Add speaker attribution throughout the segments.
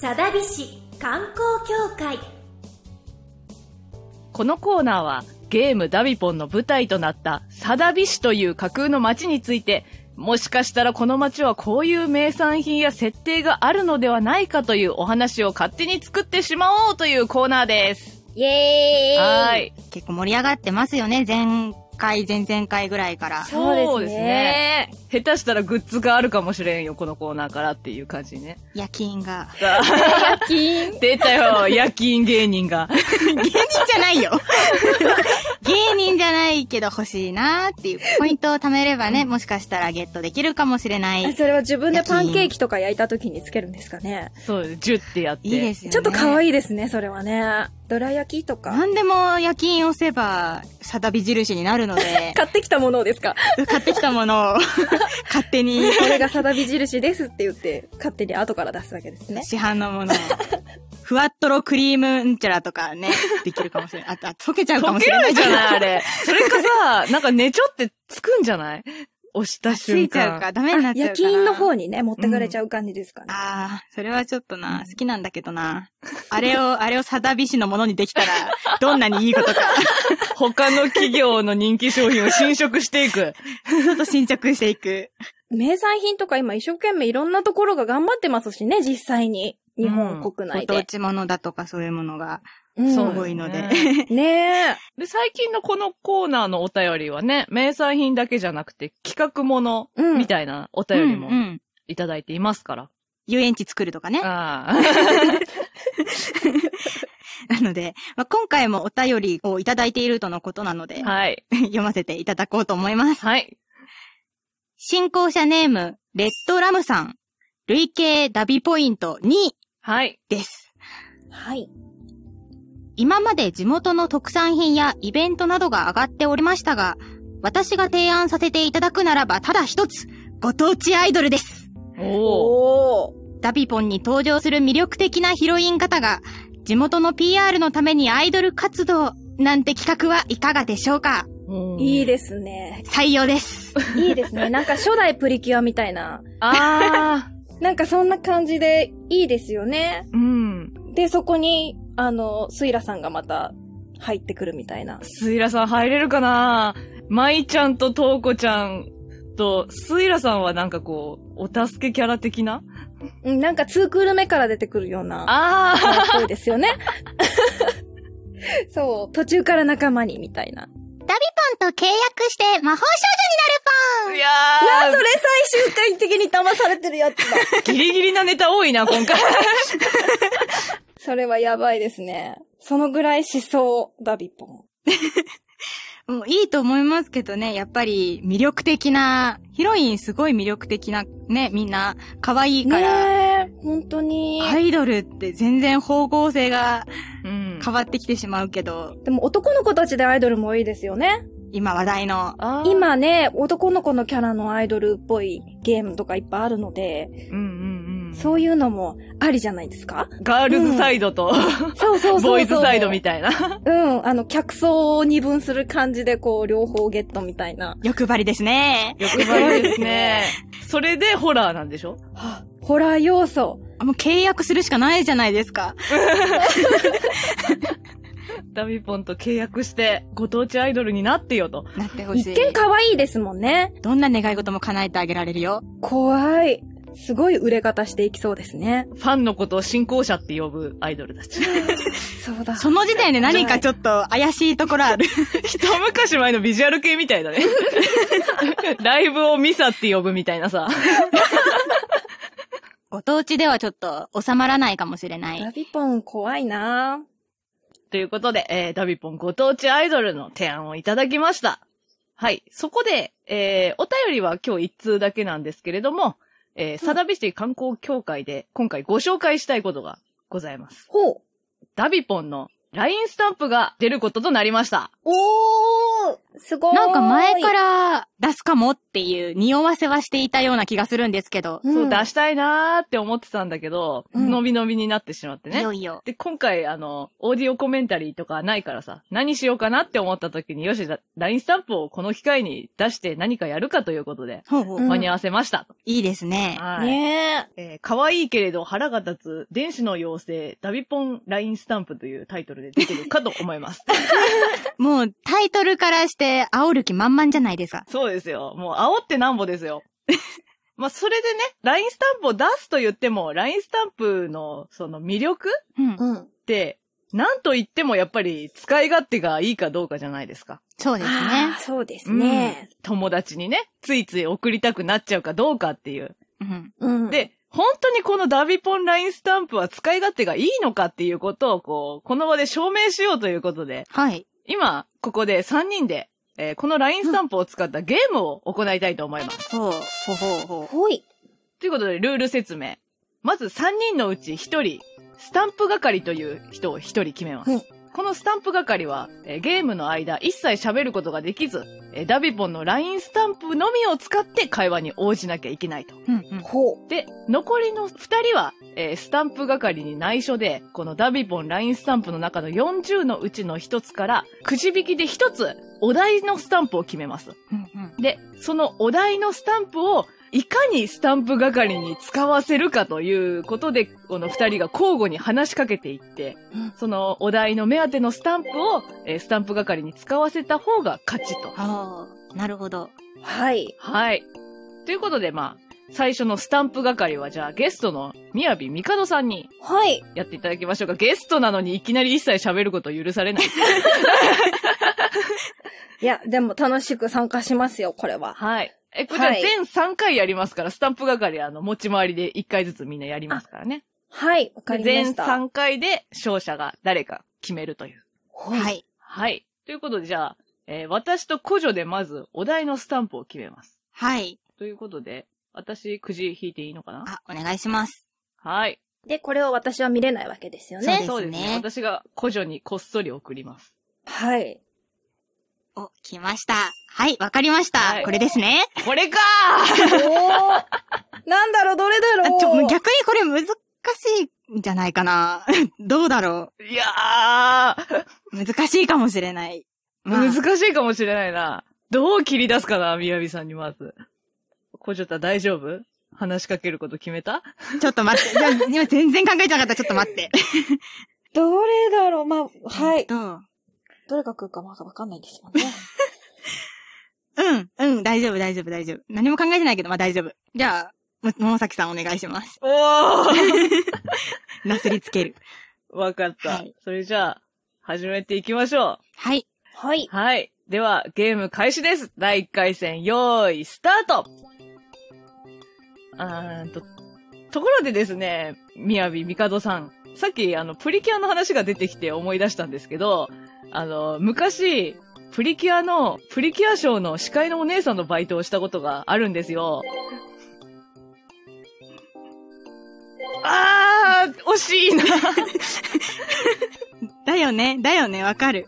Speaker 1: 佐田美市観光協会
Speaker 2: このコーナーはゲームダビポンの舞台となったサダビ市という架空の町について、もしかしたらこの町はこういう名産品や設定があるのではないかというお話を勝手に作ってしまおうというコーナーです。
Speaker 1: イエーイ
Speaker 2: はーい。
Speaker 3: 結構盛り上がってますよね。前回、前々回ぐらいから。
Speaker 1: そうですね
Speaker 2: 下手したらグッズがあるかもしれんよ、このコーナーからっていう感じね。
Speaker 3: 夜勤 が。
Speaker 2: さあ
Speaker 1: 金
Speaker 2: 出た よ、夜勤芸人が。
Speaker 3: 芸人じゃないよ。 芸人じゃないけど欲しいなーっていう。ポイントを貯めればね、もしかしたらゲットできるかもしれない。い
Speaker 4: それは自分でパンケーキとか焼いた時につけるんですかね。
Speaker 2: そう、ジュってやって。
Speaker 3: いですよね。
Speaker 4: ちょっと可
Speaker 3: い。
Speaker 4: 愛いですね、それはね。どら焼きとか。、
Speaker 3: 何でも夜勤押せば、サダビ印になるので
Speaker 4: 買ってきたものをですか
Speaker 3: 買ってきたも のを勝手に
Speaker 4: これがサダビ印ですって言って、勝手に後から出すわけですね。
Speaker 3: 市販のものを。ふわっとろクリームんちゃらとかね、できるかもしれない。あ、あ溶けちゃうか
Speaker 2: 溶
Speaker 3: も
Speaker 2: け
Speaker 3: しれな
Speaker 2: る
Speaker 3: い
Speaker 2: んじゃないあ
Speaker 3: れ。
Speaker 2: れ。それかさ、なんかねちょってつくんじゃない押した
Speaker 3: つい
Speaker 2: 瞬間。
Speaker 3: ちゃうか、ダメになっちゃうかな。
Speaker 4: 夜勤の方にね、持ってかれちゃう感じですかね。
Speaker 3: ああ、それはちょっとな、好きなんだけどな。あれ を、あれをサダビ氏のものにできたら、どんなにいいことか、
Speaker 2: 他の企業の人気商品を侵食していく。
Speaker 3: ちょっと新着していく。
Speaker 4: 名産品とか今一生懸命いろんなところが頑張ってますしね、実際に。日本国
Speaker 3: ご
Speaker 4: 内
Speaker 3: 当
Speaker 4: で。
Speaker 3: 地ものだとかそういうものが、
Speaker 4: うん
Speaker 2: そう
Speaker 3: すごいので。
Speaker 4: ねえ。
Speaker 2: で、最近のこのコーナーのお便りはね、名産品だけじゃなくて企画もの
Speaker 4: うん
Speaker 2: みたいなお便り
Speaker 3: うんう
Speaker 2: も
Speaker 3: ん
Speaker 2: いただいていますから。
Speaker 3: 遊園地作るとかね。
Speaker 2: あ
Speaker 3: なので、まあ、今回もお便りをいただいているとのことなので、
Speaker 2: あ、はい。
Speaker 3: 読ませていただこうと思います。
Speaker 2: はい。
Speaker 3: 進行者ネーム、レッドラムさん、累計ダビポイント2
Speaker 2: はい。
Speaker 3: です。
Speaker 4: はい。
Speaker 3: 今まで地元の特産品やイベントなどが上がっておりましたが、私が提案させていただくならばただ一つ、ご当地アイドルです。
Speaker 2: おお。
Speaker 4: おお。
Speaker 3: ダビポンに登場する魅力的なヒロイン方が、地元の PR のためにアイドル活動なんて企画はいかがでしょうか
Speaker 4: いい
Speaker 2: で。
Speaker 4: ですね。
Speaker 3: 採用 です。
Speaker 4: いいですね。なんか初代プリキュアみたいな。
Speaker 2: ああ。
Speaker 4: なんかそんな感じでいいですよね。
Speaker 2: うん。
Speaker 4: で、そこに、あの、スイラさんがまた入ってくるみたいな。
Speaker 2: スイラさん入れるかな舞ちゃんとトウコちゃんと、スイラさんはなんかこう、お助けキャラ的な
Speaker 4: うん、なんか2クール目から出てくるような、キ
Speaker 2: あ
Speaker 4: ャラっぽいですよね。 そう、途中から仲間にみたいな。
Speaker 3: ポンと契約して魔法
Speaker 2: あ
Speaker 3: 少
Speaker 2: いや
Speaker 4: それ最終回的に騙されてるやつだ。
Speaker 2: ー、ギリギリなネタ多いな、今回。
Speaker 4: それはやばいですね。そのぐらい思想、ダビポン。
Speaker 3: 女になるパンもういいと思いますけどね、やっぱり魅力的な、ヒロインすごい魅力的な、ね、みんな可愛いから、
Speaker 4: ねえ、本当に。
Speaker 3: アイドルって全然方向性が
Speaker 2: うん
Speaker 3: 変わってきてしまうけど、
Speaker 4: でも男の子たちでアイドルもいいですよね。
Speaker 3: 今話題の、
Speaker 2: あー、
Speaker 4: 今ね、男の子のキャラのアイドルっぽいゲームとかいっぱいあるので、
Speaker 2: うんうんうん。
Speaker 4: そういうのもありじゃないですか
Speaker 2: ガールズサイドと、
Speaker 4: そうそうそうそう。
Speaker 2: ボーイズサイドみたいな。
Speaker 4: うん、あの、客層を二分する感じで、こう、両方ゲットみたいな。
Speaker 3: 欲張りですね。
Speaker 2: 欲張りですね。 それでホラーなんでしょ
Speaker 4: はあホラー要素。
Speaker 3: あもう契約するしかないじゃないですか。
Speaker 2: ダビポンと契約して、ご当地アイドルになってよと。
Speaker 3: なってほし
Speaker 4: 一
Speaker 3: い。
Speaker 4: 見可愛いですもんね。
Speaker 3: どんな願い事も叶えてあげられるよ。
Speaker 4: 怖い。すごい売れ方していきそうです ね。
Speaker 2: ファンのことを信仰者って呼ぶアイドルた ち。
Speaker 4: そうだ。
Speaker 3: その時点で何かちょっと怪しいところあ る。
Speaker 2: 一昔前のビジュアル系みたいだ ね。ライブをミサって呼ぶみたいなさ。
Speaker 3: ご当地ではちょっと収まらないかもしれない。
Speaker 4: ラビポン怖いな
Speaker 2: ということで、えー、ダビポンご当地アイドルの提案をいただきました。はい。そこで、えー、お便りは今日一通だけなんですけれども、えー、サダビシティ観光協会で今回ご紹介したいことがございます。
Speaker 4: ほう。
Speaker 2: ダビポンの LINE スタンプが出ることとなりました。
Speaker 4: おーすごーい。
Speaker 3: なんか前から出すかもっていう匂わせはしていたような気がするんですけど。
Speaker 4: ん、
Speaker 2: そう、出したいなーって思ってたんだけど、
Speaker 4: うん
Speaker 2: のびのびになってしまって
Speaker 3: い
Speaker 2: ね
Speaker 3: よ。いよ。
Speaker 2: で、今回、あの、オーディオコメンタリーとかないからさ、何しようかなって思った時に、よし、だ LINE スタンプをこの機会に出して何かやるかということで、
Speaker 3: ほうほう
Speaker 4: うん
Speaker 2: 間に合わせました。
Speaker 3: いいですね。
Speaker 2: はい。
Speaker 4: ね
Speaker 2: えー可愛いけれど腹が立つ、電子の妖精、ダビポンラインスタンプというタイトルで出てるかと思い ます。
Speaker 3: もうタイトルからして煽る気満々じゃないですか。
Speaker 2: そうですよ。もう煽ってなんぼです よ。まあ、それでね、LINE スタンプを出すと言っても、LINE スタンプのその魅力っ
Speaker 3: うん
Speaker 4: え。。うん。
Speaker 2: て、なんと言ってもやっぱり使い勝手がいいかどうかじゃないですか。
Speaker 3: そうです
Speaker 4: あ
Speaker 3: ね。
Speaker 4: ーそうですね。
Speaker 2: 友達にね、ついつい送りたくなっちゃうかどうかっていう。
Speaker 3: うん。
Speaker 4: うん。、
Speaker 2: で、本当にこのダビポンラインスタンプは使い勝手がいいのかっていうことをこう、この場で証明しようということで、
Speaker 3: はい。
Speaker 2: 今、ここで3人で、えーこの LINE スタンプを使ったゲームを行いたいと思います。
Speaker 3: ほう、ほうほうほう。
Speaker 4: ほい。
Speaker 2: ということで、ルール説明。まず3人のうち1人、スタンプ係という人を1人決めます。
Speaker 4: うん
Speaker 2: このスタンプ係は、えーゲームの間一切喋ることができず、えーダビポンの LINE スタンプのみを使って会話に応じなきゃいけないと。
Speaker 3: うんうん。
Speaker 4: ほう。
Speaker 2: で、残りの2人は、えースタンプ係に内緒で、このダビポン LINE スタンプの中の40のうちの1つから、くじ引きで1つ、お題のスタンプを決めます。
Speaker 3: うんうん。
Speaker 2: で、そのお題のスタンプを、いかにスタンプ係に使わせるかということで、この二人が交互に話しかけていって
Speaker 4: うん、
Speaker 2: そのお題の目当てのスタンプを、えースタンプ係に使わせた方が勝ちと。
Speaker 3: ああ、なるほど。
Speaker 4: はい。
Speaker 2: はい。ということで、まあ、最初のスタンプ係は、じゃあゲストの宮城みかどさんに
Speaker 4: はい。
Speaker 2: やっていただきましょうか。ゲストなのにいきなり一切喋ること許さ れない。
Speaker 4: いや、でも楽しく参加しますよ、これは。
Speaker 2: はい。え、これじゃあ
Speaker 4: はい
Speaker 2: 全3回やりますから、スタンプ係、あの、持ち回りで1回ずつみんなやりますからね。
Speaker 4: はい、わかりま
Speaker 2: 全
Speaker 4: した。
Speaker 2: 3回で勝者が誰か決めるという。
Speaker 4: ほ。
Speaker 3: はいい。
Speaker 2: はい。ということで、じゃあ、えー私と古女でまずお題のスタンプを決めます。
Speaker 3: はい。
Speaker 2: ということで、私、くじ引いていいのかな
Speaker 3: あ、お願いします。
Speaker 2: はい。
Speaker 4: で、これを私は見れないわけですよね。
Speaker 3: そうですね
Speaker 2: 私が古女にこっそり送ります。
Speaker 4: はい。
Speaker 3: お、来ました。はい、わかりました。
Speaker 2: はい
Speaker 3: これですね。
Speaker 2: これか
Speaker 4: おーなんだろう、どれだ
Speaker 3: あ
Speaker 4: ろう
Speaker 3: ちょ、もう逆にこれ難しいんじゃないかな。 どうだろ
Speaker 2: ーいやー、
Speaker 3: う。難しいかもしれない。まあ
Speaker 2: 難しいかもしれないな。どう切り出すかな、みやびさんにまず。古女た大丈夫話しかけること決めた
Speaker 3: ちょっと待って。じゃあ今全然考えてなかった。ちょっと待って。
Speaker 4: どれだろう、まあ、はい。
Speaker 3: どう
Speaker 4: どれが来るかまだわかんないですもんね。
Speaker 3: うん、うん、大丈夫、大丈夫、大丈夫。何も考えてないけど、まあ大丈夫。じゃあ、も、ももさきさんお願いします。
Speaker 2: おー
Speaker 3: なすりつ ける。
Speaker 2: わかった。
Speaker 3: はい
Speaker 2: それじゃあ、始めていきましょ
Speaker 3: はい。
Speaker 4: はい。
Speaker 2: う。はい。では、ゲーム開始です。第1回戦、用意、スタートあーんと、ところでですね、みやびみかどさん。さっき、あの、プリキュアの話が出てきて思い出したんですけど、あの、昔、プリキュアの、プリキュアショーの司会のお姉さんのバイトをしたことがあるんですよ。あー、惜しいな。
Speaker 3: だよね、だよね、わかる。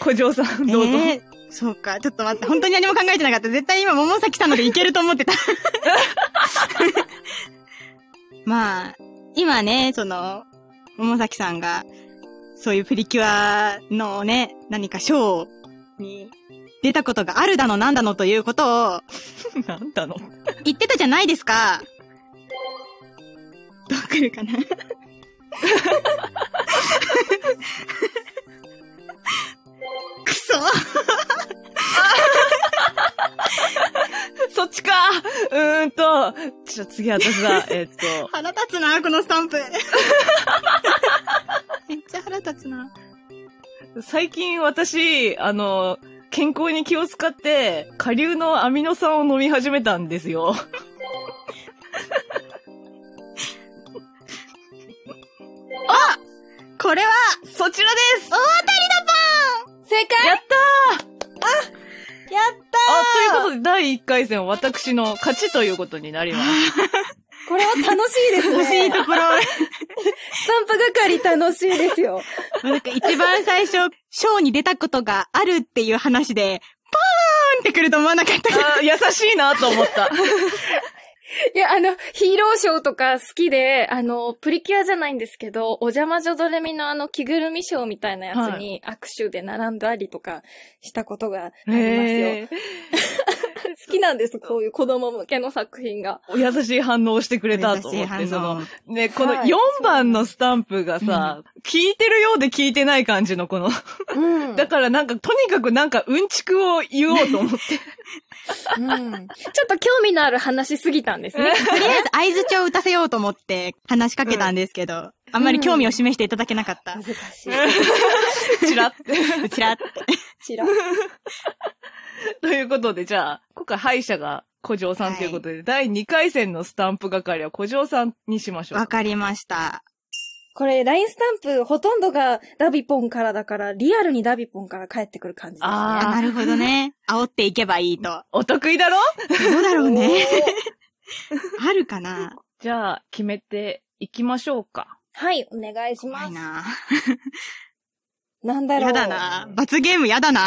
Speaker 2: 小嬢さん、 どうぞ。
Speaker 3: えーそうか、ちょっと待って、本当に何も考えてなかった。絶対今、桃崎さんのでいけると思ってた。 まあ、今ね、その、桃崎さんが、そういうプリキュアのね、何か賞に出たことがあるだのなんだのということを
Speaker 2: なんだの
Speaker 3: 言ってたじゃないですか。どう来るか なくそ
Speaker 2: そっちかうーんと、ちょ、次私だ。えっと、
Speaker 3: 腹立つな、このスタンプ。 めっちゃ腹立つな。
Speaker 2: 最近私、あの、健康に気を使って、下流のアミノ酸を飲み始めたんですよ。
Speaker 3: これは、
Speaker 2: そちらです
Speaker 4: 正解
Speaker 2: やった
Speaker 4: やった
Speaker 2: あ、ということで、第1回戦、私の勝ちということになります。
Speaker 4: これは楽しいです
Speaker 3: 欲しい
Speaker 4: ね。
Speaker 3: ところ。
Speaker 4: スタンプ係楽しいですよ。
Speaker 3: なんか一番最初、ショーに出たことがあるっていう話で、パーンってくると思わなか った。
Speaker 2: あー優しいなと思った。
Speaker 4: いや、あの、ヒーローショーとか好きで、あの、プリキュアじゃないんですけど、お邪魔女ドレミのあの、着ぐるみショーみたいなやつに握手で並んだりとかしたことがありますよ。
Speaker 2: へ
Speaker 4: 好きなんです、こういう子供向けの作品が。
Speaker 2: ー優しい反応をしてくれたと思っ
Speaker 3: 優
Speaker 2: て、
Speaker 3: しい
Speaker 2: そ
Speaker 3: 反
Speaker 2: の
Speaker 3: 応、
Speaker 2: ね、この
Speaker 4: はい
Speaker 2: 4番のスタンプがさ、聞いてるようで聞いてない感じのこの、
Speaker 4: うん
Speaker 2: だからなんか、とにかくなんか、うんちくを言おうと思って。
Speaker 4: うんちょっと興味のある話すぎたんですね。
Speaker 3: とりあえず合図帳を打たせようと思って話しかけたんですけど、あんまり興味を示していただけなかった
Speaker 4: 難。しい。
Speaker 2: チラって。
Speaker 3: うちらって。
Speaker 4: ちら。
Speaker 2: ということで、じゃあ、今回敗者が小城さんということで、第2回戦のスタンプ係は小城さんにしましょう。
Speaker 3: わかりました。
Speaker 4: これ、ラインスタンプ、ほとんどがダビポンからだから、リアルにダビポンから帰ってくる感じですね。
Speaker 2: あー
Speaker 3: あなるほどね。煽っていけばいい と。
Speaker 2: お得意だろ
Speaker 3: どうだろうね。あるかな
Speaker 2: じゃあ、決めていきましょうか。
Speaker 4: はい、お願いしま
Speaker 3: 怖
Speaker 4: す
Speaker 3: い。な。
Speaker 4: なんだろう。
Speaker 3: やだな。罰ゲームやだな。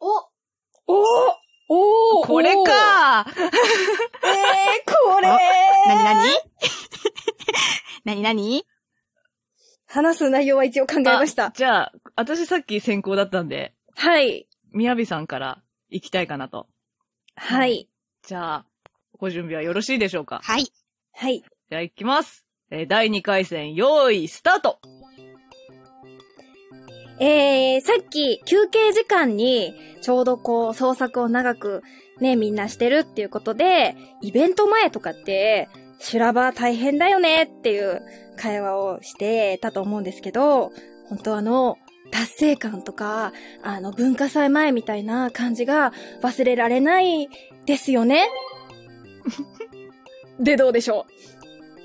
Speaker 4: おーおー
Speaker 2: これか
Speaker 4: えー、これー
Speaker 3: なになにな になに
Speaker 4: 話す内容は一応考えました。
Speaker 2: じゃあ、私さっき先行だったんで、
Speaker 4: はい。
Speaker 2: みやびさんから行きたいかなと。
Speaker 4: はい。
Speaker 2: じゃあ、ご準備はよろしいでしょうか
Speaker 3: はい。
Speaker 4: はい。
Speaker 2: じゃあ行きます。えー第2回戦、用意、スタート
Speaker 4: えー、さっき休憩時間にちょうどこう創作を長くね、みんなしてるっていうことで、イベント前とかって、修羅場大変だよねっていう会話をしてたと思うんですけど、本当あの、達成感とか、あの、文化祭前みたいな感じが忘れられないですよ ねで、どうでしょう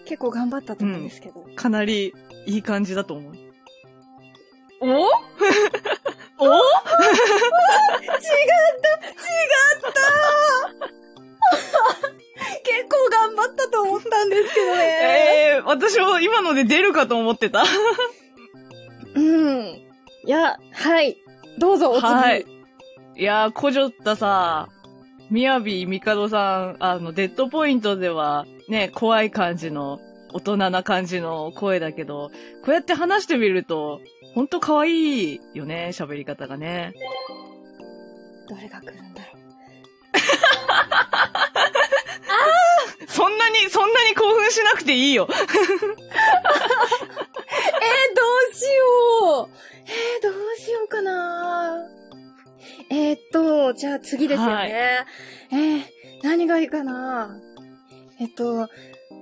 Speaker 4: 結構頑張ったと思うんですけど。
Speaker 2: かなりいい感じだと思う。
Speaker 4: お結構頑張ったと思ったんですけど ね。
Speaker 2: えー、私も今ので出るかと思ってた。
Speaker 4: うん。いや、はい。どうぞ、お次。
Speaker 2: はい。いやー、こじょったさ、みやびみかどさん、あの、デッドポイントでは、ね、怖い感じの、大人な感じの声だけど、こうやって話してみると、ほんと可愛いよね、喋り方がね。
Speaker 4: どれが来るんだろ
Speaker 2: そんなに、そんなに興奮しなくていいよ。
Speaker 4: う。えどうしよう。えどうしようかな。えーっと、じゃあ次ですよね。
Speaker 2: はい
Speaker 4: えー何がいいかな。えっと、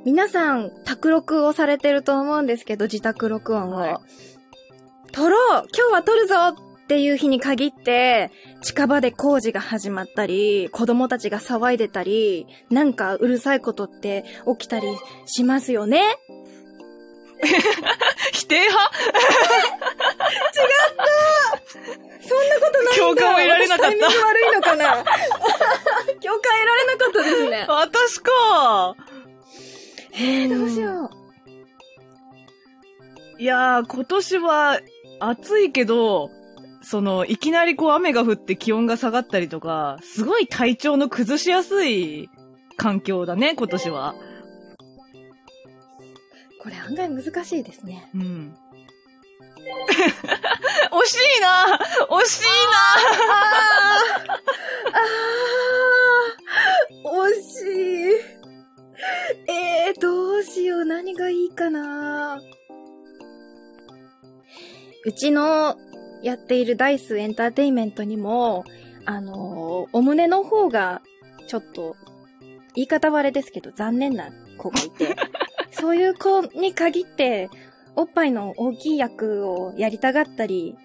Speaker 4: 皆さん、卓録をされてると思うんですけど、自宅録音を。
Speaker 2: はい
Speaker 4: 撮ろう今日は撮るぞっていう日に限って、近場で工事が始まったり、子供たちが騒いでたり、なんかうるさいことって起きたりしますよね
Speaker 2: 否定派
Speaker 4: そんなことないんだ
Speaker 2: 共感を得られなかった
Speaker 4: 私タイミング悪いのかな共感 得られなかったですね。
Speaker 2: 私か
Speaker 4: えー、どうしよう。
Speaker 2: いやー、今年は暑いけど、その、いきなりこう雨が降って気温が下がったりとか、すごい体調の崩しやすい環境だね、今年は。
Speaker 4: これ案外難しいですね。
Speaker 2: うん。 惜しいな惜しい
Speaker 4: あー、惜しい。えー、どうしよう。何がいいかな。うちのやっているダイスエンターテインメントにも、あのお胸の方が、ちょっと、言い方悪いですけど、残念な子がい て、そういう子に限って、おっぱいの大きい役をやりたがったり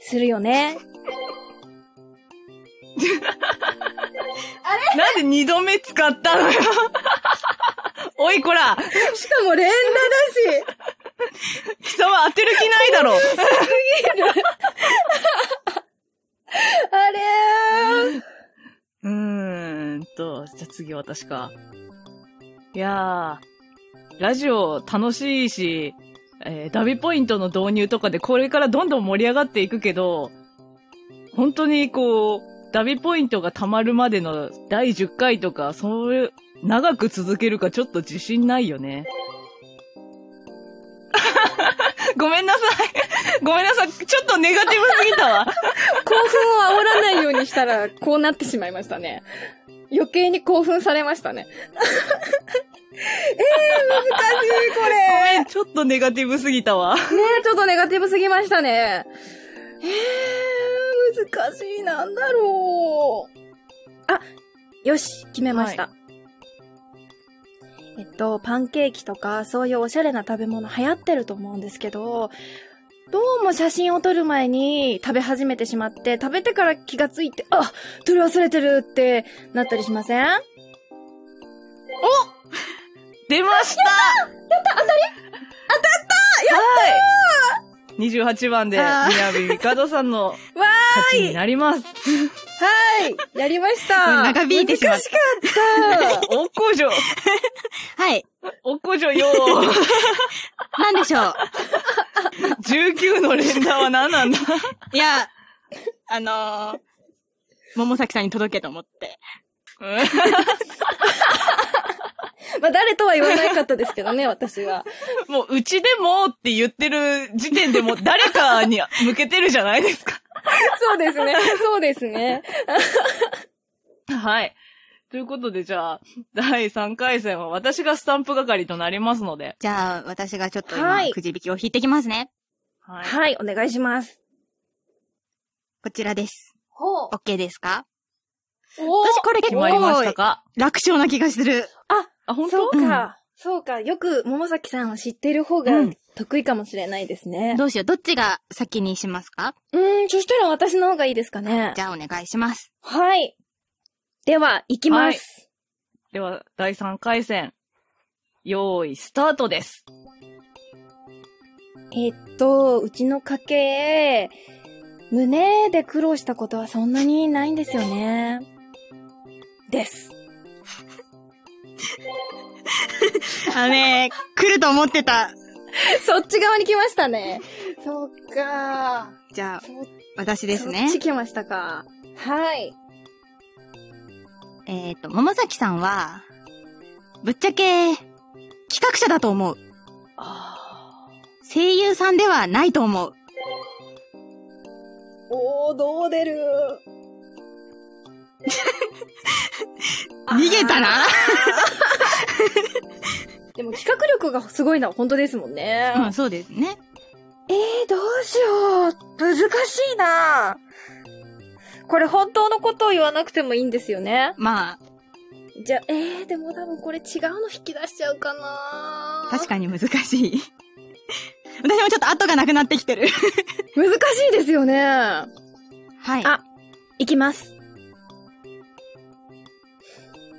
Speaker 4: するよね。
Speaker 2: ななんで二度目使ったのよ おいこら
Speaker 4: しかも連打だし、
Speaker 2: 貴様当てる気ないだろ
Speaker 4: あれー
Speaker 2: うーんと、じゃあ次私か。いやー、ラジオ楽しいし、えーダビポイントの導入とかでこれからどんどん盛り上がっていくけど、本当にこう、ダビポイントが溜まるまでの第10回とか、そういう、長く続けるかちょっと自信ないよね。 ごめんなさい。 ごめんなさい。ちょっとネガティブすぎたわ。
Speaker 4: 興奮を煽らないようにしたら、こうなってしまいましたね。余計に興奮されましたね。えー、難しい、これ。
Speaker 2: ごめん、ちょっとネガティブすぎたわ。
Speaker 4: ねえ、ちょっとネガティブすぎましたね。えー、難しい、なんだろう。あ、よし、決めました。えっと、パンケーキとか、そういうおしゃれな食べ物流行ってると思うんですけど、どうも写真を撮る前に食べ始めてしまって、食べてから気がついて、あ、撮り忘れてるってなったりしませんあ、
Speaker 2: 出ましたやった当たり当たったやったー !28 番で、
Speaker 3: あー
Speaker 2: 宮城みかどさんの
Speaker 4: わ
Speaker 2: 勝ちになります。
Speaker 4: はい、やりました。
Speaker 3: 長引いてしまっ
Speaker 4: 難しかった。
Speaker 2: おっこじょ、
Speaker 3: はい。
Speaker 2: おっこじょよ
Speaker 3: なんでしょう。
Speaker 2: ー。19の連打は何なんだ
Speaker 3: いや、あのー、桃崎さんに届けと思って。
Speaker 4: まあ、誰とは言わなかったですけどね、私は。
Speaker 2: もう、うちでもって言ってる時点でもう誰かに向けてるじゃないですか。
Speaker 4: そうですね。 そうですね。
Speaker 2: はい。ということで、じゃあ、第3回戦は私がスタンプ係となりますので。
Speaker 3: じゃあ、私がちょっと
Speaker 4: は
Speaker 3: 今
Speaker 4: い、
Speaker 3: くじ引きを引いてきますね。
Speaker 2: は
Speaker 4: はい、お願いします。
Speaker 3: こちらです。
Speaker 4: ほう。
Speaker 3: OK ですか
Speaker 4: お
Speaker 3: 私これ結
Speaker 2: 決まりました
Speaker 3: 構
Speaker 2: か
Speaker 3: 楽勝な気がする。
Speaker 2: あ、本
Speaker 4: そう
Speaker 2: 当
Speaker 4: か。そうか。よく、桃崎さんを知ってる方が
Speaker 2: うん
Speaker 4: 得意かもしれないですね。
Speaker 3: どうしよう。どっちが先にしますか
Speaker 4: うーん、そしたら私の方がいいですかね
Speaker 3: じ。ゃあお願いします。
Speaker 4: はい。では、行きます。
Speaker 2: では、第3回戦。用意、スタートです。
Speaker 4: えっと、うちの家系、胸で苦労したことはそんなにないんですよね。です。
Speaker 3: あのね、来ると思ってた。
Speaker 4: そっち側に来ましたね。そうか。
Speaker 3: じゃあ、
Speaker 4: そっ
Speaker 3: 私です
Speaker 4: そっ
Speaker 3: ね
Speaker 4: ち。来ましたか。はい。
Speaker 3: えっ、と、桃崎さんは、ぶっちゃけ、企画者だと思う。声優さんではないと思う。
Speaker 4: おー、どう出る
Speaker 3: 逃げたな
Speaker 4: でも企画力がすごいのは本当ですもんね。
Speaker 3: うん、そうですね。
Speaker 4: えー、どうしよう。難しいなこれ本当のことを言わなくてもいいんですよね。
Speaker 3: まあ、
Speaker 4: じゃあ、えー、でも多分これ違うの引き出しちゃうかな
Speaker 3: 確かに難しい。 私もちょっと後がなくなってきてる。
Speaker 4: 難しいですよね。
Speaker 3: はい。
Speaker 4: あいきます。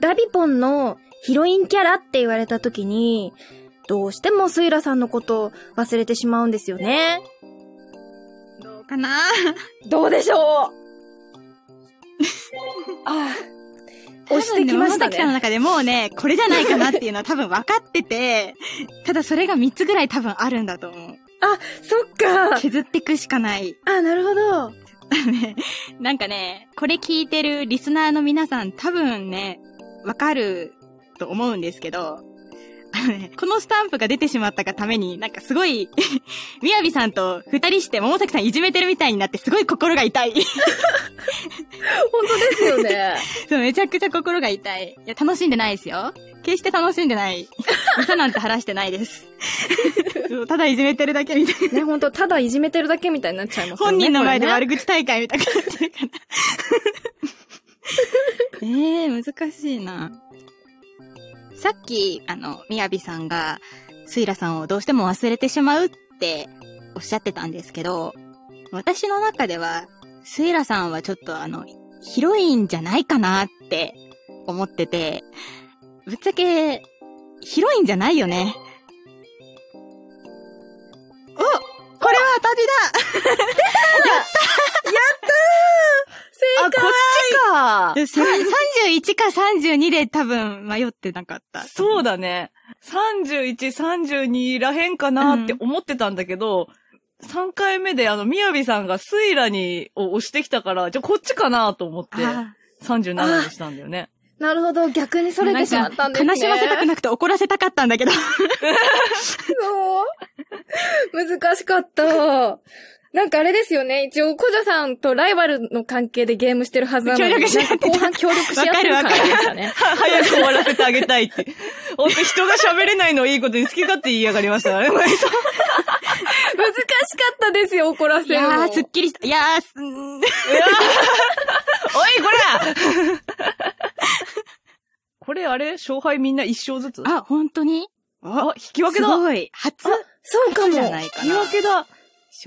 Speaker 4: ダビポンのヒロインキャラって言われた時に、どうしてもスイラさんのことを忘れてしまうんですよね。
Speaker 3: どうかな
Speaker 4: どうでしょう ああ、押してきました
Speaker 3: 多分ね桃崎さんの
Speaker 4: ね。
Speaker 3: 中でもうね、これじゃないかなっていうのは多分分かってて、ただそれが3つぐらい多分あるんだと思う。
Speaker 4: そっか。
Speaker 3: 削ってくしかない。
Speaker 4: あ、なるほど。
Speaker 3: ねなんかね、これ聞いてるリスナーの皆さん多分ね、わかると思うんですけど、あのね、このスタンプが出てしまったがために、なんかすごい、 みやびさんと二人して桃崎さんいじめてるみたいになってすごい心が痛い。
Speaker 4: 本当ですよね。
Speaker 3: そう、めちゃくちゃ心が痛い。いや、楽しんでないですよ。決して楽しんでない。嘘なんて晴らしてないです。そうただいじめてるだけみたいな。
Speaker 4: ね、本当ただいじめてるだけみたいになっちゃいますよね。
Speaker 3: 本人の前で
Speaker 4: これね
Speaker 3: 悪口大会みたいになってる から。ええ難しいな。さっき、あの、みやびさんが、スイラさんをどうしても忘れてしまうっておっしゃってたんですけど、私の中では、スイラさんはちょっとあの、ヒロインじゃないかなって思ってて、ぶっちゃけ、ヒロインじゃないよね。おこれは当たりだ
Speaker 2: あ、こっちか
Speaker 3: でさ31か32で多分迷ってなかった。
Speaker 2: そうだね。 31、32らへんかなって思ってたんだけど、3回目であの、みやびさんがスイラに、を押してきたから、じゃあこっちかなと思って、
Speaker 3: あ
Speaker 2: 37にしたんだよね。
Speaker 4: なるほど、逆にそれてしまったんですね。
Speaker 3: 悲しませたくなくて怒らせたかったんだけど。
Speaker 4: そう。 難しかった。なんかあれですよね。一応、小女さんとライバルの関係でゲームしてるはずなのに。
Speaker 3: 協力し合ってた
Speaker 4: なんか後半協力し合ってる
Speaker 3: わか
Speaker 4: 感
Speaker 3: るわかる
Speaker 4: じでしたね。
Speaker 2: は早く終わらせてあげたい って。ほんと人が喋れないのをいいことに好き勝手言いやがりましたね。
Speaker 4: 難しかったですよ、怒らせ
Speaker 3: い
Speaker 4: る
Speaker 3: や
Speaker 4: の
Speaker 3: ー、すっきりした。いやー、すうーん
Speaker 2: お い、こら これあれ勝敗みんな一勝ずつ
Speaker 3: あ、本当にあ
Speaker 2: あ、引き分けだ
Speaker 3: すごい。初
Speaker 4: そうかも。
Speaker 3: じゃないか
Speaker 2: 引き
Speaker 3: な
Speaker 2: 分。けだ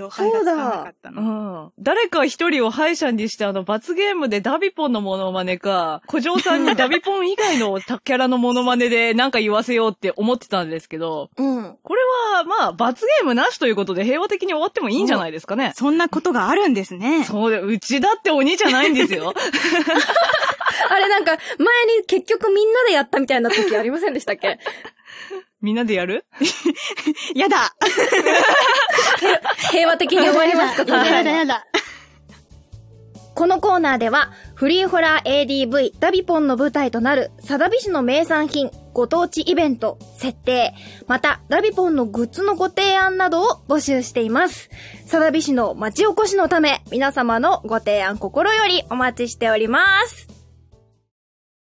Speaker 3: 勝敗がつかなかった
Speaker 2: う
Speaker 3: の。
Speaker 2: ん。誰か一人を敗者にして、あの、罰ゲームでダビポンのモノマネか、小嬢さんにダビポン以外の他キャラのモノマネでなんか言わせようって思ってたんですけど、
Speaker 4: うん。
Speaker 2: これは、まあ、罰ゲームなしということで平和的に終わってもいいんじゃないですかね。
Speaker 3: そんなことがあるんですね。
Speaker 2: そうで、うちだって鬼じゃないんですよ。
Speaker 4: あれなんか、前に結局みんなでやったみたいな時ありませんでしたっけ
Speaker 2: みんなでやる
Speaker 3: やだ
Speaker 4: 平和的に終わりますか、今回も
Speaker 3: だ。
Speaker 4: このコーナーでは、フリーホラー ADV ダビポンの舞台となる、サダビ市の名産品、ご当地イベント、設定、また、ダビポンのグッズのご提案などを募集しています。サダビ市の町おこしのため、皆様のご提案心よりお待ちしております。